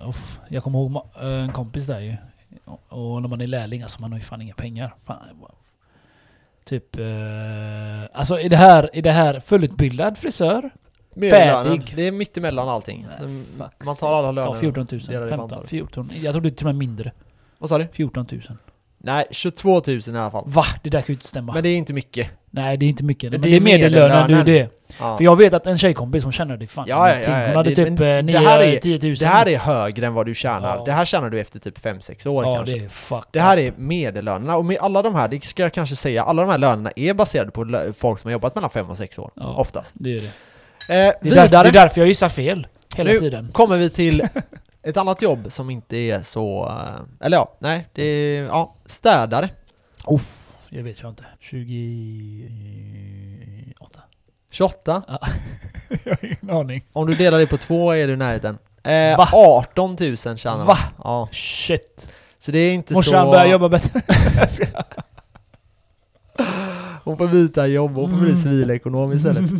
Uff, jag kommer ihåg ma- en kompis där ju. Och när man är lärling, alltså man har ju fan inga pengar. Fan, jag bara- typ... Eh, alltså är det, här, är det här fullutbildad frisör?
Medellönen.
Färdig.
Det är mittemellan allting.
Nej,
Mm,
fuck.
Man tar alla
Ja,
löner.
14 000.
delar i
15,
antalet.
14. Jag trodde till och med mindre.
Vad sa du?
14 000.
Nej, 22 000 i alla fall.
Va? Det där kan ju inte stämma.
Men det är inte mycket.
Nej, det är inte mycket.
Det
Men
är
det är medellönen, det är
medellönen.
det.
Ja.
För jag vet att en tjejkompis, hon tjänade fan
Ja, ja,
ingenting.
ja, ja.
Hon hade
Det-
typ
men det här är-
9-10 000.
Det här är högre än vad du tjänar.
Ja.
Det här tjänar du efter typ 5-6 år
Ja,
kanske.
det är fucked
Det här
up.
är medellönerna och med alla de här, det ska jag kanske säga, alla de här lönerna är baserade på lö- folk som har jobbat mellan 5 och 6 år.
Ja.
Oftast.
Det är det.
Eh,
Det är, därför, det
vidare.
är därför jag gissar fel hela
Nu-
tiden.
kommer vi till ett annat jobb som inte är så... eh, Eller ja, nej, det är... Ja, städare.
Uff, jag vet jag inte. 28.
<laughs> 28.
jag har ingen aning.
Om du delar det på två är du i närheten. Eh,
Va?
18 000 tjänar de.
Va?
Ja,
Shit.
så det är inte
Morsan
så...
börjar jobba bättre. <laughs>
Hon får byta jobb, hon får bli
Mm.
civilekonom
<laughs>
istället.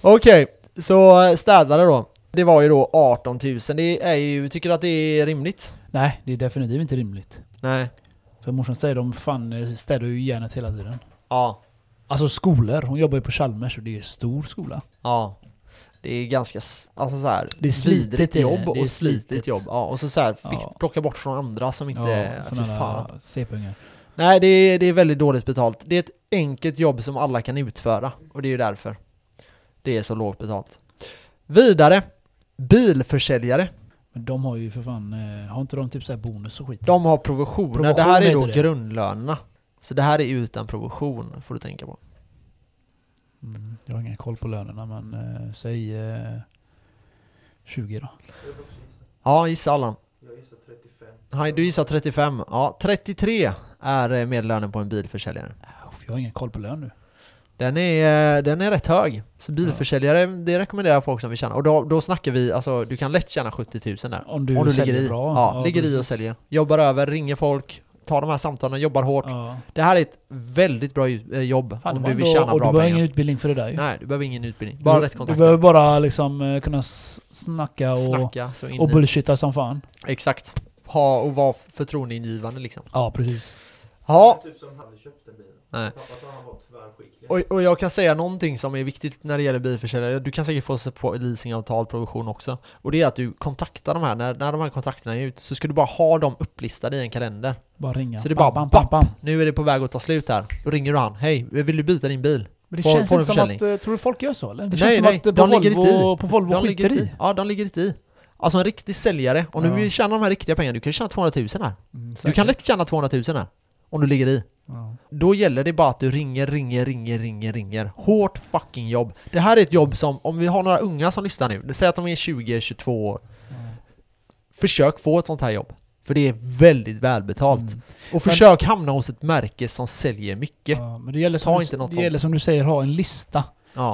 Okej, så eh, städare då. Det var ju då 18 000, det är ju... Tycker du att det är rimligt?
Nej, det är definitivt inte rimligt.
Nej.
För morsan säger de fan eh, städar ju järnet hela tiden.
Ja,
Alltså skolor. Hon jobbar ju på Chalmers och det är en stor skola.
ja. Det är ganska, s- alltså så här,
Det är slitigt,
vidrigt
är det.
jobb
Det är
och slitigt,
slitigt.
jobb. Ja, och så, så här, fick,
Ja.
plocka bort från andra som inte, ja,
såna
fy
där
fan.
C-pungar.
Nej, det är, det är väldigt dåligt betalt. Det är ett enkelt jobb som alla kan utföra och det är ju därför det är så lågt betalt. Vidare, bilförsäljare.
Men de har ju för fan, eh, har inte de typ så här bonus och skit?
De har provisioner.
Provision
det här är då
heter det.
grundlönerna. Så det här är utan provision, får du tänka på.
Mm, jag har ingen koll på lönerna men eh, säg eh, 20 då.
Jag vill också gissa.
Ja, gissa Allan.
Jag gissar 35.
Nej, Du gissar 35. Ja, 33 är eh, medellönen på en bilförsäljare.
Uff, jag har ingen koll på lön nu.
Den är, eh, den är rätt hög. Så bilförsäljare, det rekommenderar folk som vill tjäna. Och då, då snackar vi, alltså du kan lätt tjäna 70 000 där.
Om du,
Om du
säljer
ligger i,
bra.
ja, ligger i och
precis.
säljer. Jobbar över, ringer folk, tar de här samtalen, jobbar hårt.
Ja.
Det här är ett väldigt bra ju- eh, jobb
Fan,
om
det
du
var
vill
ändå-
tjäna
och
bra
du behöver
pengar.
ingen utbildning för det där ju.
Nej, du behöver ingen utbildning. Bara
du,
rätt
Du
kontakter.
behöver bara liksom eh, kunna s- snacka och,
Snacka så in
och
i.
bullshitta som fan.
Exakt. Ha och vara förtroendeingivande liksom.
Ja, precis.
Ja,
Typ som han köpte bilen.
Nej.
Pappa sa han var tvärskicklig.
och, och jag kan säga någonting som är viktigt när det gäller bilförsäljare. Du kan säkert få se på leasingavtal, provision också. Och det är att du kontaktar de här, när, när de här kontrakterna är ut så ska du bara ha dem upplistade i en kalender.
Bara ringa.
Så det är
Bam,
bara
bam, bam, bam.
Nu är det på väg att ta slut här. Då ringer du han. Hej, vill du byta din bil?
Men det
På-
känns
på en
inte som
försäljning.
att... eh, Tror du folk gör så eller? Det
Nej,
känns som
nej,
att eh, på
de ligger inte i.
Volvo, på Volvo
de ligger
skiter
inte
i.
i. Ja, de ligger inte i. Alltså en riktig säljare, om
Ja.
du vill tjäna de här riktiga pengarna, du kan ju tjäna 200 000 här.
Mm,
Du
säkert.
kan lätt tjäna 200 000 här. Om du ligger i.
Ja.
Då gäller det bara att du ringer, ringer, ringer, ringer, ringer. Hårt fucking jobb. Det här är ett jobb som, om vi har några unga som lyssnar nu, säg att de är 20-22 år. Försök få ett sånt här jobb. För det är väldigt välbetalt.
Mm.
Och försök hamna hos ett märke som säljer mycket. Ja.
Ja, men det gäller,
Ta
som
inte
du,
något
det gäller
sånt.
som du säger, ha en lista.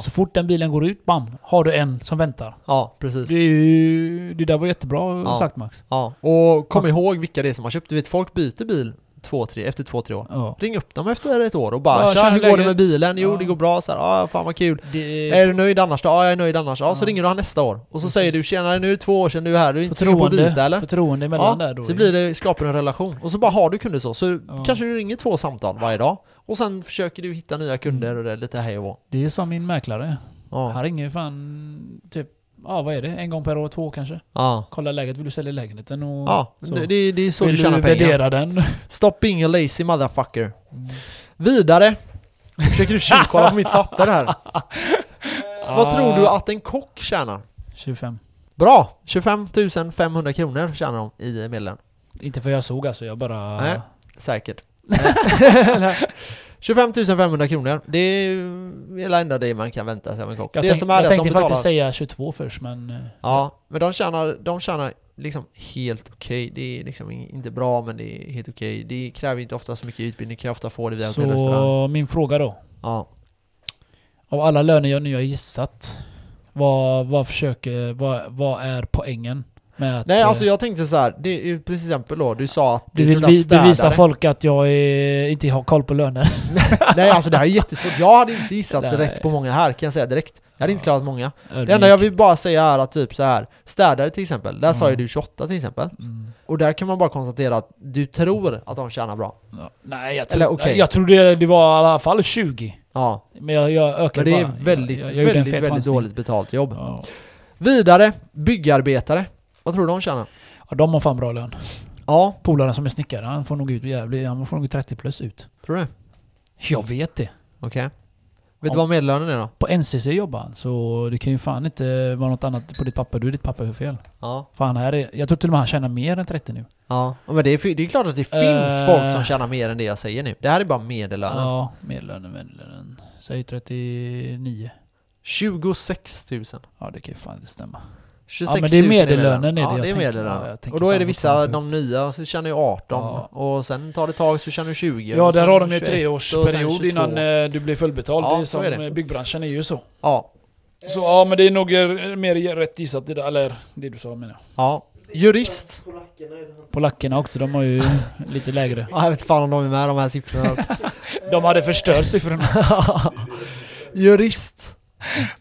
Så fort den bilen går ut, bam, har du en som väntar.
Ja, precis.
Det, är ju, det där var jättebra
Ja.
sagt Max.
Ja. Och kom ihåg vilka det är som har köpt. Du vet, folk byter bil två, tre, efter två, tre år.
Ja.
Ring upp dem efter ett år och bara
Ja,
ja,
tja,
“Tja, hur går det
läget?"
med bilen?” “Jo,
Ja.
det går bra” så här, “Ja, fan vad kul”
Det,
“Är du nöjd annars då?” “Ja, jag är nöjd annars” ja, så
Typ. Ja.
ringer du han nästa år. Och så
Precis.
säger du “Tjenare, nu är det två år sedan du är här, du är inte sugen på att
förtroende,
byta eller?”
förtroende
Ja,
mellan där då.
så blir det, skapar en relation. Och så bara har du kunder så, så
Ja.
kanske du ringer två samtal varje dag. Och sen försöker du hitta nya kunder och det är lite hej och hå.
det är som min mäklare.
Ja.
Han ringer ju fan typ, ja vad är det? En gång per år, två kanske?
Ja.
Kolla läget, vill du sälja lägenheten? Och
Ja,
så.
det, det, det är så
vill
du tjänar pengar.
värdera den?
Stop being a lazy motherfucker. Vidare. Nu försöker du tjuvkolla på mitt papper här. <laughs> Vad tror du att en kock tjänar?
25.
Bra! 25 500 kronor tjänar de i medellön.
Inte för jag såg alltså, jag bara...
Nej. <laughs> Säkert. Nej. 25 500 kronor. Det är ju det enda det man kan vänta sig av en kock.
Jag,
det
tänk,
som är
jag
det att de
tänkte
betalar...
faktiskt säga 22 först men... eh,
Ja, men de tjänar, de tjänar liksom helt okej. Det är liksom in- inte bra, men det är helt okej. Det kräver inte ofta så mycket utbildning. Du kan ofta få det via hotell och restaurang.
Så min fråga då.
Ja.
Av alla löner jag nu har gissat, vad, vad försöker, vad, vad är poängen med att...
Nej,
eh,
alltså jag tänkte så här. Det är ju till exempel då, du sa att
du vill
trodde att
vi- bevisa
städare-
folk att jag är, inte har koll på löner.
<laughs> Nej, alltså det här är jättesvårt. Jag hade inte gissat
Nej.
rätt på många här, kan jag säga direkt. Jag hade inte
Ja.
klarat många. Det
<laughs> Ödmjuk.
enda jag vill bara säga är att typ så här städare till exempel, där sa ju
Ja.
du 28 till exempel.
Mm.
Och där kan man bara konstatera att du tror att de tjänar bra.
Ja. Nej, jag,
Eller
tro,
okej.
jag trodde det var i alla fall 20.
Ja,
Men jag, jag
men
ökade
det är
bara.
väldigt,
Jag- jag gjorde en
väldigt,
fet
väldigt
chansning.
dåligt betalt jobb.
Ja.
Vidare, byggarbetare. Vad tror du de tjänar?
Ja, de har fan bra lön.
Ja,
Polaren som är snickare, han får nog ut jävligt, han får nog ut 30 plus ut.
tror du?
Jag vet det.
Okej. Vet
Om-
du vad medellönen är då?
På NCC jobbar han, så det kan ju fan inte vara något annat på ditt papper. Du är ditt papper för fel.
Ja.
Fan, här är, jag tror till och med han tjänar mer än 30 nu.
Ja, men det är, det är klart att det finns
Eh.
folk som tjänar mer än det jag säger nu. Det här är bara medellönen.
Ja, medellönen, medellönen. Säg 39.
26 000.
Ja, det kan ju fan inte stämma.
26
men det är
000
medellönen är det
Ja,
jag
det är
tänker.
medellönen.
Ja, jag tänker
och då är
fan
det
vad
vissa,
fan
de nya, så tjänar ju 18
Ja.
och sen tar det ett tag så tjänar du 20.
Ja,
och
där
sen
har de ju
21 och sen 22.
treårsperiod innan eh, du blir fullbetald.
Ja,
det är
så
som
är det.
eh, byggbranschen är ju så.
Ja,
Så ja, men det är nog eh, mer rätt gissat det där, eller det du sa menar jag.
ja. Jurist.
Polackerna är det han.
Polackerna också, de har ju lite lägre.
Ja, jag vet fan om de är med de här
<laughs>
siffrorna.
De hade förstört siffrorna.
Jurist.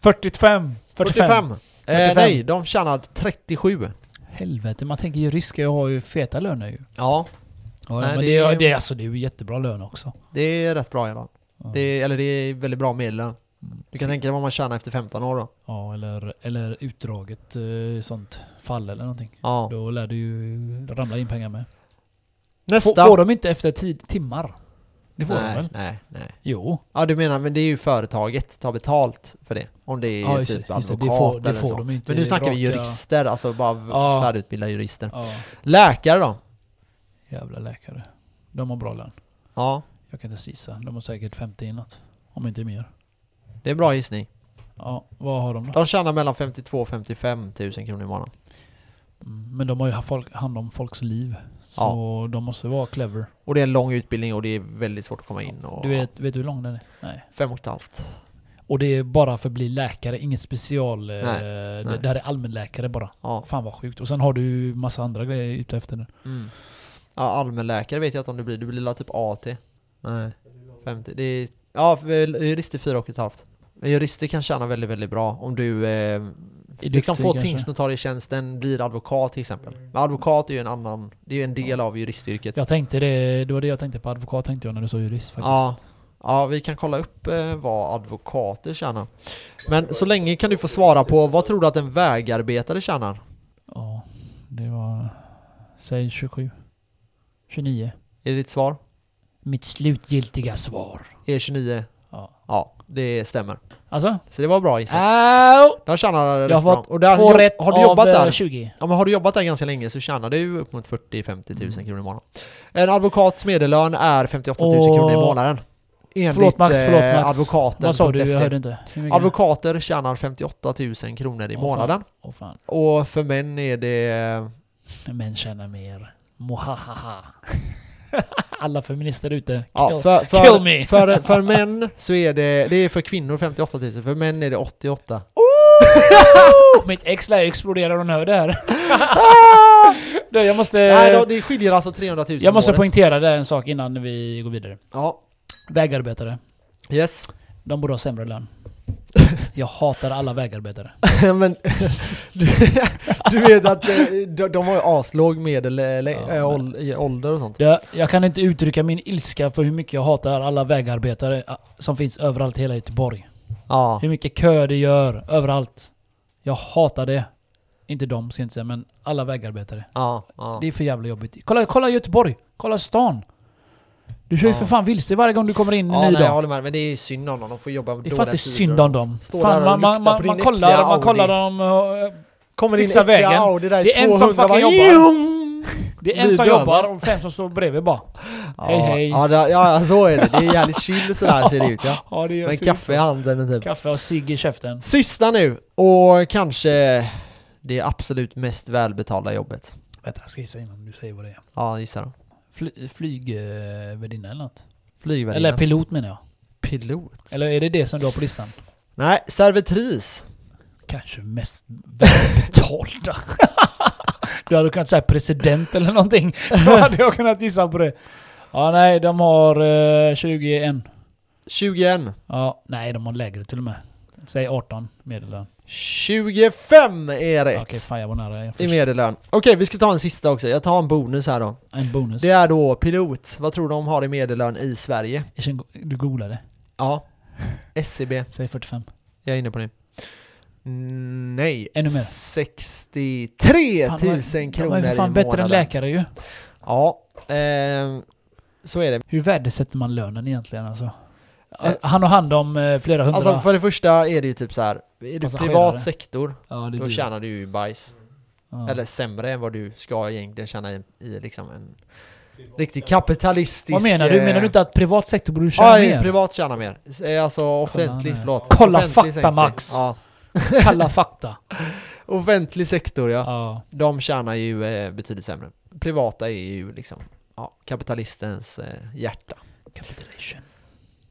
45! 45!
45. Eh,
45.
nej, de tjänar 37.
Helvete, man tänker ju risk, jag har ju feta löner ju.
Ja,
Ja,
Nej,
men
det
det,
är-
är, det, är- alltså, det är ju jättebra lön också.
Det är rätt bra i alla fall.
Ja.
Det är, eller det är väldigt bra medellön.
Mm.
Du kan tänka dig vad man tjänar efter 15 år då.
Ja, eller, eller utdraget eh, sånt fall eller någonting.
Ja.
Då lär du ju ramla in pengar med.
Nästa!
Får, får de inte efter tid, timmar? Det får de
nej,
väl?
nej, nej.
Jo.
Ja du menar, men det är ju företaget tar betalt för det. Om det är
Ja, just
typ
det, just det.
advokat
Det får, det
eller så.
får de ju inte.
men nu snackar vi
raka-
jurister, alltså bara v-
Ja.
färdigutbildade jurister.
Ja,
Läkare då?
jävla läkare. De har bra lön.
Ja,
Jag kan inte gissa. De har säkert 50 inåt. Om inte mer.
det är bra gissning.
Ja, vad har de då?
De tjänar mellan 52 och 55 tusen kronor i månaden.
Mm, Men de har ju haft folk, hand om folks liv. Så de måste vara clever.
Och det är en lång utbildning och det är väldigt svårt att komma in och...
Du vet, vet du hur lång den är? Nej.
Fem och ett halvt.
Och det är bara för att bli läkare, inget special. Nej.
Nej,
Det,
nej.
det här är allmänläkare bara.
Ja.
Fan vad sjukt. Och sen har du massa andra grejer ute efter den.
Mm. ja. Allmänläkare vet jag inte om du blir. Du blir la typ AT. Nej. 50. Det är, ja, för jurister fyra och ett halvt. Men jurister kan tjäna väldigt, väldigt bra om du eh,
Är
liksom
duktig
får
kanske.
tingsnotarietjänsten, blir advokat till exempel. Men advokat är ju en annan, det är ju en del av juristyrket. Ja,
Jag tänkte det, det var det jag tänkte på advokat tänkte jag när du sa jurist faktiskt.
Ja. vi kan kolla upp eh, vad advokater tjänar. Men så länge kan du få svara på, vad tror du att en vägarbetare tjänar?
Ja, det var... Säg 27. 29.
Är det ditt svar?
Mitt slutgiltiga svar.
E29?
Ja.
E Ja, det stämmer.
Alltså?
Så det var bra gissat.
Au!
Där tjänar du
Jag har
rätt bra.
fått
Och där,
två
jobb-
rätt
har du
av
jobbat
eh,
där?
20.
Ja, men har du jobbat där ganska länge så tjänar du upp mot 40-50 000
Mm.
kronor i månaden. En advokats medellön är 58 000
Och-
kronor i månaden. Enligt
Förlåt, Max,
eh,
förlåt, Max.
advokaten.
Vad sa du? Jag
.se.
hörde inte. Hur mycket-
Advokater tjänar 58 000 kronor i
Åh,
månaden.
Åh fan.
Och för män är det...
Män tjänar mer. Mohahaha. <laughs> Alla feminister ute.
Ja,
Kill.
för,
kill
för,
me.
för, för män så är det... Det är för kvinnor 58 000, för män är det
<laughs>
88.
<laughs> Mitt ex lär ju explodera om hon hör det här.
<laughs>
Du, jag måste,
Nej, då, det skiljer alltså 300 000
Eh, jag måste
om året.
poängtera det här en sak innan vi går vidare.
Ja,
Vägarbetare.
yes.
De borde ha
<laughs>
sämre lön. Jag hatar alla vägarbetare.
Ja, <laughs> men du, du vet att eh, de, de har ju aslåg medel, eller,
Ja,
eh, ål- i ålder och sånt.
Jag, jag kan inte uttrycka min ilska för hur mycket jag hatar alla vägarbetare ah, som finns överallt i hela Göteborg.
Ja,
Hur mycket kö det gör, överallt. Jag hatar det. Inte de, ska jag inte säga, men alla vägarbetare.
ja, ja.
Det är för jävla jobbigt. Kolla, kolla Göteborg! Kolla stan! Du kör ju
Ja.
för fan vilse varje gång du kommer in
ja
en ny
nej, jag
dag.
håller med. Men det är ju synd om dem. De får jobba på
Det är
dåliga
för att det är
tider
synd
och
om
sånt.
dem.
Står
Fan,
där och
man, man,
luktar på
man,
din
man
äckliga
kollar, man
Audi.
kollar dem... eh,
Kommer din
fixar
äckliga
vägen.
Audi där i
Det är en som
200,
fucking
bara,
jobbar.
jom!
Det är en
Blir
som
döva.
jobbar och fem som står bredvid bara.
Ja,
<laughs> Hej, hej.
Ja, det, ja, så är det. Det är jävligt
<laughs>
chill sådär ser det ut ja.
Ja, det
Med en kaffe i handen och typ.
Kaffe och cigg i käften.
Sista nu, och kanske det absolut mest välbetalda jobbet.
Vänta, jag ska gissa innan du säger vad det är.
Ja, gissa då.
Fly, Flygvärdinna eller något?
Flygvärdinna.
Eller pilot menar jag.
pilot.
Eller är det det som du har på listan?
Nej, servitris.
Kanske mest välbetalda. <laughs> du hade kunnat säga president eller någonting. Då hade jag kunnat gissa på det. Ja, nej, de har eh, 21.
21.
Ja, nej, de har lägre till och med. Säg 18 medellön.
25 är rätt
Okej, fan jag var nära. Jag
i
först,
medellön. Okej, vi ska ta en sista också. Jag tar en bonus här då.
en bonus.
Det är då pilot. Vad tror du de har i medellön i Sverige?
Jag känner- Du googlade.
Ja. SCB.
Säg 45.
Jag är inne på nu. Mm, Nej.
Ännu mer.
63 000
Fan, de var-
kronor i
De är
månaden.
för fan bättre än läkare ju.
Ja. ehm, så är det.
Hur värdesätter man lönen egentligen alltså? Han har hand om eh, flera hundra.
Alltså för det första är det ju typ så här. Är du
Massa skenare.
privat sektor,
ja, det är
då
dyrt.
tjänar du ju bajs.
ja.
Eller sämre än vad du ska egentligen tjäna i, i liksom en riktig kapitalistisk...
Vad menar du?
eh,
Menar du inte att privat sektor borde tjäna
Ja,
mer?
privat tjänar mer. S- eh, Alltså offentlig,
nej.
förlåt.
Kolla
offentlig
fakta,
sektor.
Max.
Ja. <laughs>
Kalla fakta.
Offentlig sektor ja.
ja.
De tjänar ju eh, betydligt sämre. Privata är ju liksom ja, kapitalistens eh, hjärta.
Capitulation.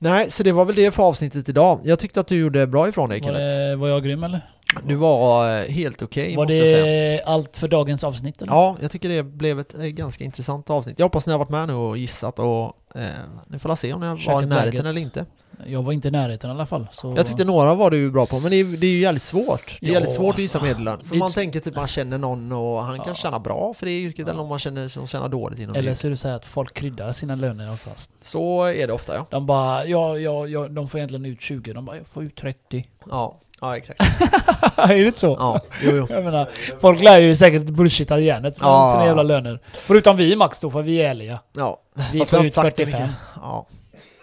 Nej, så det var väl det för avsnittet idag. Jag tyckte att du gjorde bra ifrån dig
Var,
Kenneth.
det, var jag grym eller?
Du var eh, helt okej
var
måste jag säga.
det allt för dagens avsnitt eller?
Ja, jag tycker det blev ett eh, ganska intressant avsnitt. Jag hoppas ni har varit med nu och gissat och eh, ni får la se om ni
Käkat
var i närheten
bagget.
eller inte.
Jag var inte i närheten i alla fall. Så
Jag tyckte några var du bra på, men det är, det är ju jävligt svårt. Det är
Ja,
jävligt svårt
alltså.
att gissa medellön. För
Det är
man
ju-
tänker typ man känner någon och han
Ja.
kan tjäna bra för det yrket eller om man känner som tjänar dåligt inom
Eller
det.
så är det så här att folk kryddar sina löner oftast.
Så är det ofta ja.
De bara, ja, ja, ja, de får egentligen ut 20, de bara, jag får ut 30.
Ja, ja exakt.
<laughs> är det inte så?
Ja, jo, jo.
Jag menar, folk lär ju säkert bullshitta järnet med
Ja.
sina jävla löner. Förutom vi Max då, för vi är ärliga.
Ja.
Vi
Fast
får
har
ut
inte sagt det
45.
mycket. Ja.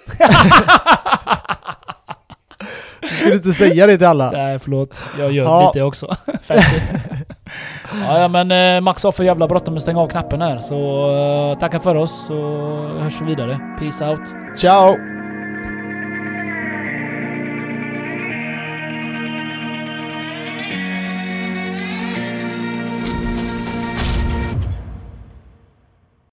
<laughs> du skulle inte säga det till alla.
Nej, förlåt. Jag gör
Ja.
lite också. 50. ja, ja, men eh, Max har för jävla bråttom att stänga av knappen här. Så eh, tacka för oss, så hörs vi vidare. Peace out.
Ciao!